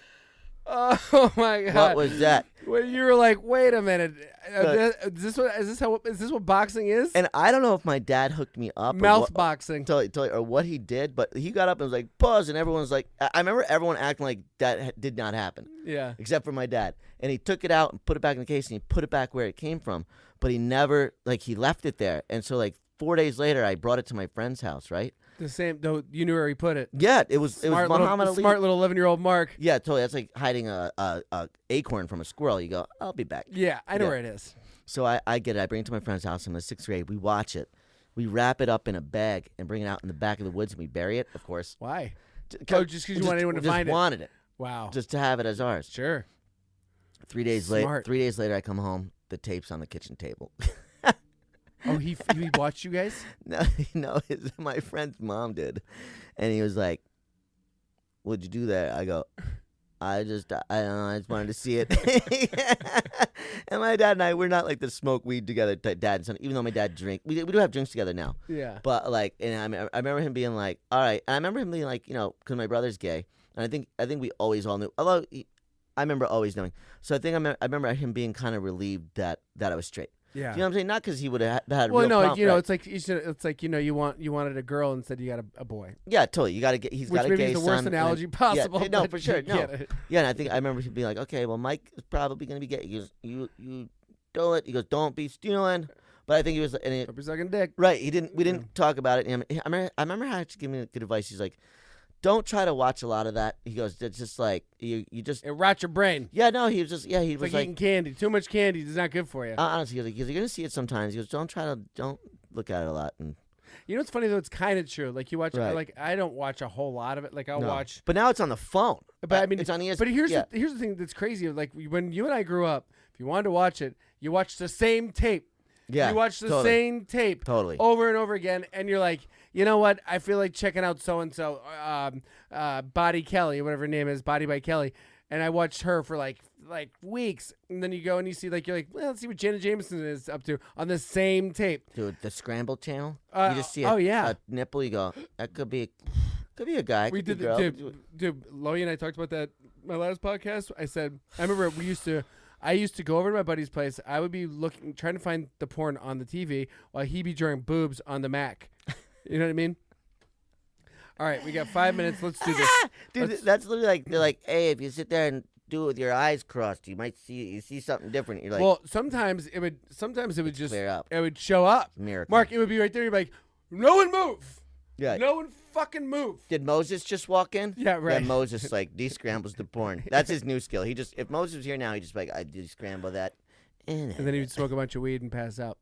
Oh my God!
what was that?
Well, you were like, wait a minute. uh,
But-
th- Is this what? Is this how? Is this what boxing is?
And I don't know if my dad hooked me up or
Mouth
what-
boxing.
totally, totally, or what he did, but he got up and was like, pause, and everyone's like, I I remember everyone acting like that ha- did not happen.
Yeah.
except for my dad. And he took it out and put it back in the case and he put it back where it came from. But he never like he left it there. And so like four days later I brought it to my friend's house, right?
The same. Though you knew where he put it.
Yeah, it was it was
Smart
Muhammad
little,
Ali.
smart little eleven-year-old Mark.
yeah, totally. That's like hiding a, a, a acorn from a squirrel. You go, I'll be back.
Yeah, I know
Yeah.
where it is.
So I, I get it. I bring it to my friend's house. I'm in the sixth grade. We watch it. We wrap it up in a bag and bring it out in the back of the woods and we bury it, of course.
Why?
T-
Oh, just 'cause you
just-
want anyone to
just
find it.
wanted it.
Wow.
Just to have it as ours.
sure.
Three days later
Smart.
three days later I come home, the tape's on the kitchen table.
Oh, he he watched you guys.
No, no, his, my friend's mom did, and he was like, "Would you do that?" I go, "I just, I don't know, I just wanted to see it." and my dad and I, we're not like the smoke weed together, t- dad and son. Even though my dad drink, we, do- we do have drinks together now.
Yeah.
But like, and I, me- I remember him being like, "All right," and I remember him being like, you know, because my brother's gay, and I think I think we always all knew. Although he, I remember always knowing, so I think I, me- I remember him being kind of relieved that that I was straight.
Yeah.
Do you know what I'm saying? Not because he would have had.
well,
real
no,
prompt,
you know,
right?
it's like you should, it's like you know, you want you wanted a girl instead you got a, a boy,
Yeah, totally. You got to get. He's
which
got a
maybe
gay
is the
son,
worst
and then-
analogy possible.
no,
but
for sure,
you
no.
get it.
Yeah, and I think I remember him being like, "Okay, well, Mike is probably going to be gay. He goes, you, you do it. He goes, don't be stealing." But I think he was, and it,
Don't be sucking dick.
right, he didn't. We didn't talk about it. And I remember, I remember how actually giving me good advice. He's like, "Don't try to watch a lot of that." He goes, "It's just like you, you just."
It rots your brain.
Yeah, no, he was just. Yeah, he
It's like,
was like,
eating candy. Too much candy is not good for you.
uh, honestly, he was like, he goes, "You're going to see it sometimes." He goes, "Don't try to, don't look at it a lot." And
you know what's funny though? It's kind of true. Like you watch,
Right.
like I don't watch a whole lot of it. Like I'll
No.
watch
But now it's on the phone.
But I
Uh,
mean,
it's on ESPN.
But here's
yeah.
the, here's the thing that's crazy. Like when you and I grew up, if you wanted to watch it, you watched the same tape.
yeah,
you watched the
totally.
same Oh. tape
Totally.
over and over again, and you're like, you know what? I feel like checking out so and so, um, uh, Body Kelly, whatever her name is, Body by Kelly, and I watched her for like like weeks, and then you go and you see like you're like, well, let's see what Janet Jameson is up to on the same tape.
Dude, the scramble channel.
Uh,
you just see a,
oh, yeah.
a nipple. You go, that could be, could be a guy.
we
could
did
be a girl,
the,
could
dude, dude Loey and I talked about that my last podcast. I said I remember we used to I used to go over to my buddy's place. I would be looking trying to find the porn on the TV while he'd be drawing boobs on the Mac. You know what I mean? All right, we got five minutes. Let's do this.
be- dude, that's literally like they're like, hey, if you sit there and do it with your eyes crossed, you might see you see something different. You're like,
well, sometimes it would sometimes it would just
clear up.
it would show up.
miracle.
Mark, it would be right there. You'd be like, no one move.
yeah.
No one fucking move.
Did Moses just walk in?
Yeah, right.
Yeah, Moses like descrambles the porn. That's his new skill. He just if Moses was here now, he just like I descramble that. And
and then he would smoke a bunch of weed and pass out,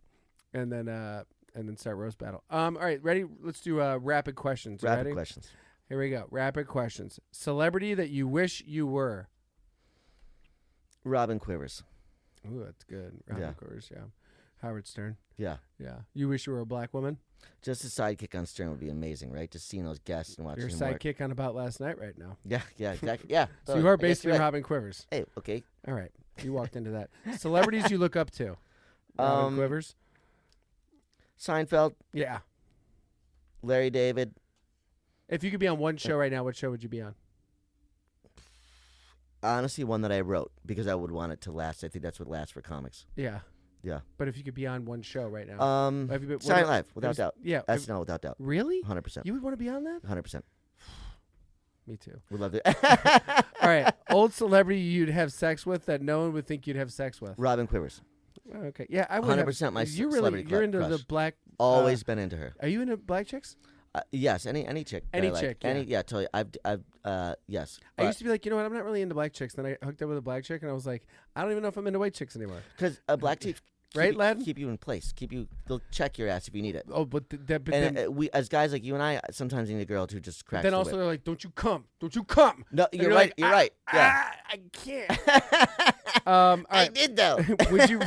and then uh, and then start roast battle. Um, all right, ready? Let's do uh, rapid questions.
rapid
ready?
questions.
Here we go. Rapid questions. Celebrity that you wish you were.
Robin Quivers.
Ooh, that's good. Robin
Yeah.
Quivers, yeah. Howard Stern.
Yeah.
Yeah. You wish you were a black woman.
Just a sidekick on Stern would be amazing, right? Just seeing those guests and watching
Your
him work.
sidekick on about last night right now.
Yeah, yeah, exactly. Yeah.
So
totally.
you
Oh, I
are
guess
basically
you're right.
Robin Quivers.
Hey, okay.
All right. You walked into that. Celebrities you look up to. Robin
Um,
Quivers.
Seinfeld,
Yeah.
Larry David.
If you could be on one show right now, what show would you be on?
Honestly, one that I wrote because I would want it to last. I think that's what lasts for comics.
Yeah.
Yeah.
But if you could be on one show right now.
Um,
Have you been- what
Saturday Night
about-
Live, without
Have you-
doubt.
Yeah. have-
SNL, without doubt.
really?
100%.
You would want to be on that?
100%.
Me too.
We love it.
All right. Old celebrity you'd have sex with that no one would think you'd have sex with.
Robin Quivers.
Oh, Okay. Yeah, I would.
100% my
have,
ce-
You really
celebrity
you're
cru-
into the
crush.
black. uh,
Always been into her.
are you into black chicks?
Uh, yes, any any chick. that
Any
I like.
chick,
Any, yeah, totally. I've, d- I've, uh, yes.
I used to be like, you know what? I'm not really into black chicks. Then I hooked up with a black chick, and I was like, I don't even know if I'm into white chicks anymore.
Because a Uh, black chick
right,
you-
lad?
Keep you in place. Keep you. They'll check your ass if you need it.
oh, but, th- that, but
and
then,
uh, we, as guys like you and I, sometimes need a girl to just crack.
then also they're like, "Don't you come? Don't you come?"
no,
And
you're, right.
like,
you're
"I-
right. Yeah.
I, I can't. um, all
I
right.
did though.
would you?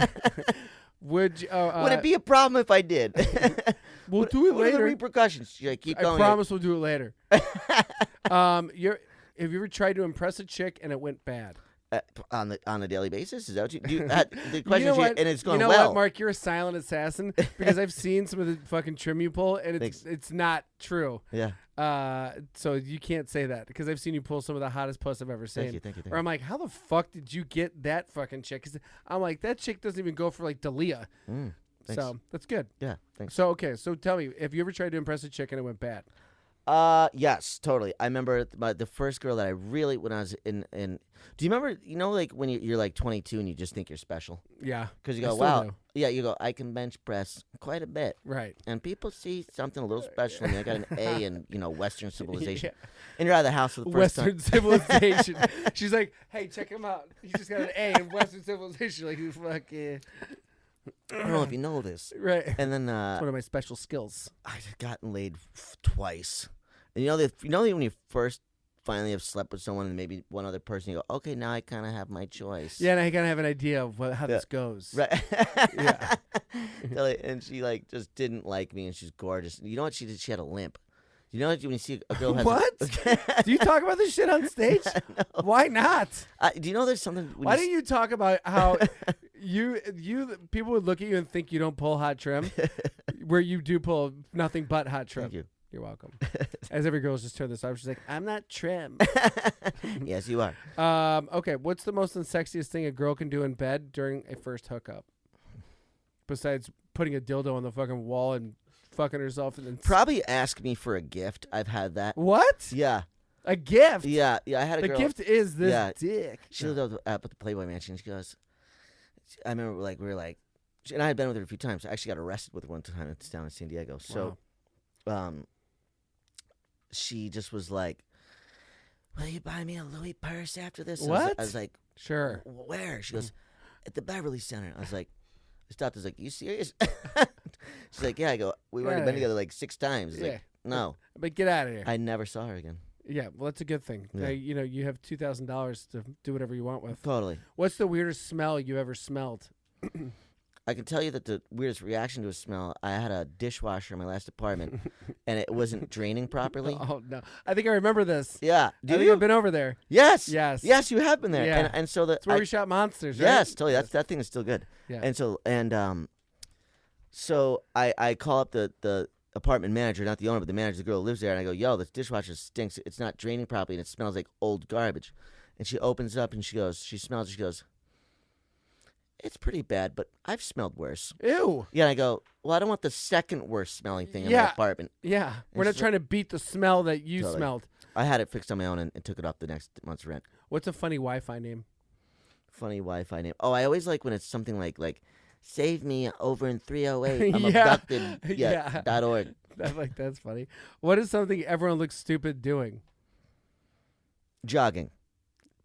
Would you? Uh,
Would
uh,
it be a problem if I did?
We'll
What-
do it
what are the
later.
repercussions? She's like, keep
I
going.
promise we'll do it later. um, you're. Have you ever tried to impress a chick and it went bad?
Uh, p- on the on a daily basis. Is that what you do? That, the question
you know
is,
what?
and it's going
you know
well.
What, Mark, you're a silent assassin because I've seen some of the fucking trim you pull, and it's it's not true.
Yeah.
Uh, so you can't say that because I've seen you pull some of the hottest puss I've ever seen.
you, thank you, thank
or
you.
I'm like, how the fuck did you get that fucking chick? Because I'm like, that chick doesn't even go for like Dalia.
Mm, thanks.
so that's good.
Yeah. Thanks.
So okay, so tell me, have you ever tried to impress a chick and it went bad?
Uh, yes, totally. I remember th- my, the first girl that I really when I was in in. Do you remember? You know, like when you, you're like 22 and you just think you're special
Yeah,
because you
I
go,
still
wow,
do.
yeah, you go, I can bench press quite a bit,
right.
and people see something a little special. in me. I got an A in you know Western civilization,
Yeah.
and you're out of the house for the first
Western civilization. She's like, hey, check him out. He just got an A in Western civilization. Like, you fucking
time. I don't know if you know this.
right. That's
And then uh,
one of my special skills.
I've gotten laid f- twice. And you know, the, you know when you first finally have slept with someone and maybe one other person, you go, okay, now I kind of have my choice.
Yeah, and I kind of have an idea of what, how this goes.
Right.
Yeah.
They're like- and she like just didn't like me, and she's gorgeous. You know what she did? She had a limp. You know what? When you see a girl who has
What?
A,
Do you talk about this shit on stage? Why not?
I, do you know there's something? When
Why
you,
do you talk about how you you people would look at you and think you don't pull hot trim, where you do pull nothing but hot trim.
Thank you.
You're welcome. As every girl's just turned this off, she's like, "I'm not trim."
yes, you are.
Um, okay, what's the most unsexiest thing a girl can do in bed during a first hookup? Besides putting a dildo on the fucking wall and fucking herself and then
Probably ask me for a gift. I've had that.
What?
Yeah,
A gift.
yeah, yeah. I had a
the
girl.
gift is this
Yeah.
dick.
She lived up up at the Playboy Mansion. She goes, I remember like we were like, she- and I had been with her a few times. I actually got arrested with her one time. It's down in San Diego. So, um, she just was like, "Will you buy me a Louis purse after this?" I was like-
What?
I was like,
Sure. Mm.
"W- "Where?" She goes, "At the Beverly Center." I was like, I stopped. I was like, "You serious?" She's like, "Yeah." I go, "We've already
Yeah.
been together like six times." I was
Yeah.
like, "No."
But get out of here.
I never saw her again.
yeah, well that's a good thing.
Yeah.
Uh, you know, you have two thousand dollars to do whatever you want with.
Totally.
What's the weirdest smell you ever smelled?
I can tell you that the weirdest reaction to a smell. I had a dishwasher in my last apartment, and it wasn't draining properly.
Oh no. I think I remember this.
Yeah,
I
do
think
you?
I've been over there.
yes,
Yes.
yes. You have been there,
Yeah.
and, and so the
It's where
I-
we shot monsters, right?
yes, totally. That's that thing is still good.
Yeah.
And so and um, so I I call up the the apartment manager, not the owner, but the manager, the girl who lives there, and I go, "Yo, this dishwasher stinks. It's not draining properly, and it smells like old garbage." And she opens it up and she goes, she smells, it, she goes, "It's pretty bad, but I've smelled worse."
Ew.
Yeah, and I go, well, I don't want the second worst smelling thing in
Yeah.
my apartment.
Yeah. We're not
It's-
trying to beat the smell that you
Totally.
smelled.
I had it fixed on my own and, and took it off the next month's rent.
What's a funny Wi-Fi name?
Funny Wi-Fi name. Oh, I always like when it's something like like, save me over in 308. I'm
Yeah.
abducted. Yeah,
Yeah.
Dot org.
I'm like that's funny. What is something everyone looks stupid doing?
Jogging.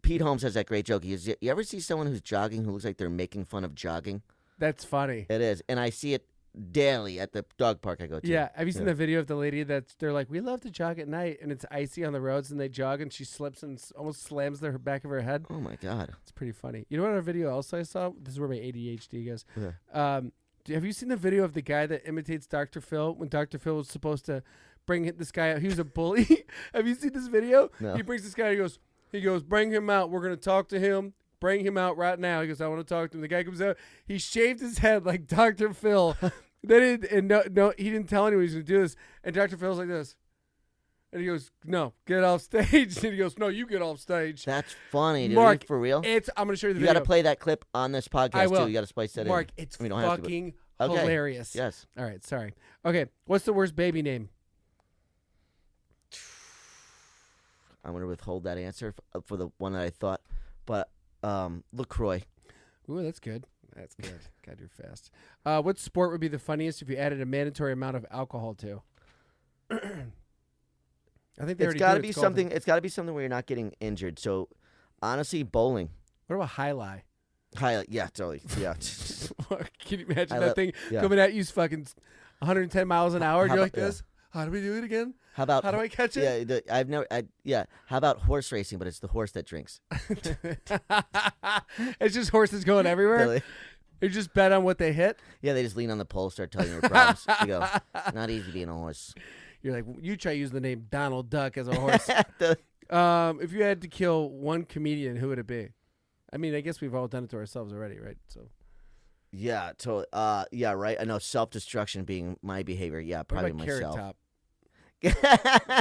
Pete Holmes has that great joke. He goes, you ever see someone who's jogging who looks like they're making fun of jogging?
That's funny.
It is, and I see it daily at the dog park I go to.
Yeah. Have you seen the video of the lady that's they're like, we love to jog at night, and it's icy on the roads, and they jog, and she slips and s- almost slams the her back of her head.
Oh my god.
It's pretty funny. You know what? Our video also I saw. This is where my ADHD goes.
Yeah.
Um, do, have you seen the video of the guy that imitates Dr. Phil when Dr. Phil was supposed to bring hit- this guy out? He was a bully. have you seen this video?
No.
He brings this guy. He goes. He goes. Bring him out. We're gonna talk to him. Bring him out right now. He goes. I want to talk to him. The guy comes out. He shaved his head like Dr. Phil. They didn't, and no, no, he didn't tell anyone he was gonna do this. And Dr. Phil's like this. And he goes, "No, get off stage." And he goes, "No, you get off stage."
That's funny, dude. Are you
Mark,
for real.
It's. I'm gonna show you the
you got
video.
to play that clip on this podcast
I will.
too. You got to spice that
Mark,
in.
it's
I mean, you don't have to, but-
fucking
Okay.
hilarious.
Yes.
All right, sorry. Okay, what's the worst baby name?
I'm gonna withhold that answer f- uh, for the one that I thought, but um, Lacroix.
Ooh, that's good. That's good. God, you're fast. Uh, what sport would be the funniest if you added a mandatory amount of alcohol to? I think they
It's
already
got
do
to
it.
be
It's called-
something. It's got to be something where you're not getting injured. So, honestly, bowling.
What about high lie?
Highlight. Yeah, totally. Yeah.
Fuck, Can you imagine
I
that
love-
thing
yeah.
coming at you s- fucking 110 miles an hour? and
how
you're like
about- yeah. Uh,
this. How do we do it again?
How about
How do I catch it?
Yeah, the, I've never. I, yeah. How about horse racing? But it's the horse that drinks.
it's just horses going everywhere.
Really?
You just bet on what they hit.
Yeah, they just lean on the pole, start telling you their problems. you go, not easy being a horse.
You're like, you try using the name Donald Duck as a horse.
The-
um, if you had to kill one comedian, who would it be? I mean, I guess we've all done it to ourselves already, right? So,
yeah, totally. Uh, yeah, right. I know self destruction being my behavior. Yeah,
what
probably
about Carrot
myself.
Top?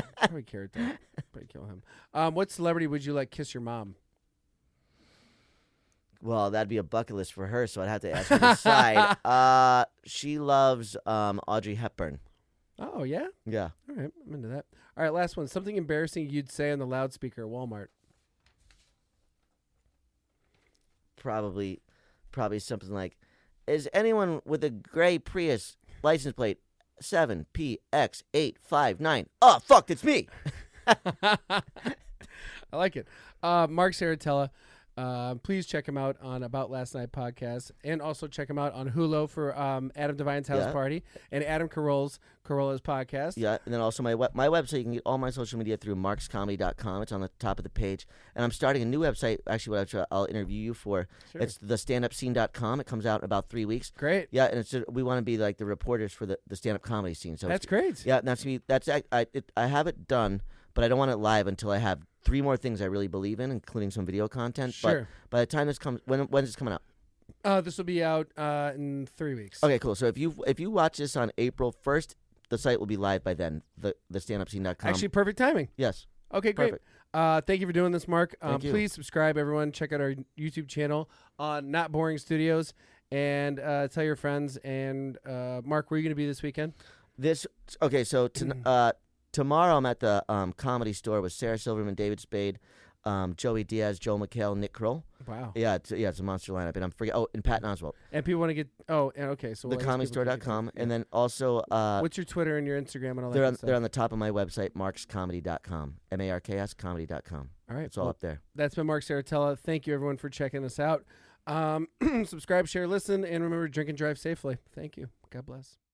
Probably Carrot Top. Probably kill him. Um, what celebrity would you like kiss your mom?
well, that'd be a bucket list for her, so I'd have to ask her to decide. Uh, she loves um Audrey Hepburn.
Oh yeah,
Yeah.
all right, I'm into that. All right, last one. Something embarrassing you'd say on the loudspeaker at Walmart.
probably probably something like is anyone with a gray prius license plate 7px859 oh fuck it's me
I like it. Uh, Mark Saratella. Uh, please check him out on About Last Night podcast, and also check him out on Hulu for um, Adam Devine's House
Yeah.
Party and Adam Carolla's Carolla's podcast.
yeah and then also my web my website you can get all my social media through markscomedy.com it's on the top of the page and i'm starting a new website actually what I'll, try, I'll interview you for
Sure.
it's the standupscene.com it comes out in about three weeks
Great,
yeah and it's we want to be like the reporters for the, the stand-up comedy scene so
that's
it's
great.
Yeah, and that's me. That's I. I, it, I have it done, but I don't want it live until I have three more things I really believe in, including some video content.
Sure.
But by the time this comes, when when's this coming out?
Uh, this will be out uh, in three weeks.
Okay, cool. So if you if you watch this on April first, the site will be live by then. The the standupscene.com.
Actually, perfect timing.
yes.
Okay, great.
um, Perfect.
Uh, thank you for doing this, Mark. Um,
Thank you.
please subscribe, everyone. Check out our YouTube channel on Not Boring Studios, and uh, tell your friends. And uh, Mark, where are you going to be this weekend?
This okay. So
Mm.
to, uh, tomorrow I'm at the um, comedy store with Sarah Silverman, David Spade, um, Joey Diaz, Joe McHale, Nick Kroll.
Wow.
Yeah, it's, yeah, it's a monster lineup, and I'm forget. Oh, and Patton Oswalt,
And people want to get oh, and okay. So
the
we'll ask people to get
thecomedystore.com,
to-
and then also uh,
What's your Twitter and your Instagram and all that
They're
good
on,
stuff?
they're on the top of my website, markscomedy.com. M A R K S comedy.com.
all right.
It's all
well,
up there.
that's been Mark Saratella. Thank you, everyone, for checking us out. Um, subscribe, share, listen, and remember, drink and drive safely. Thank you. God bless.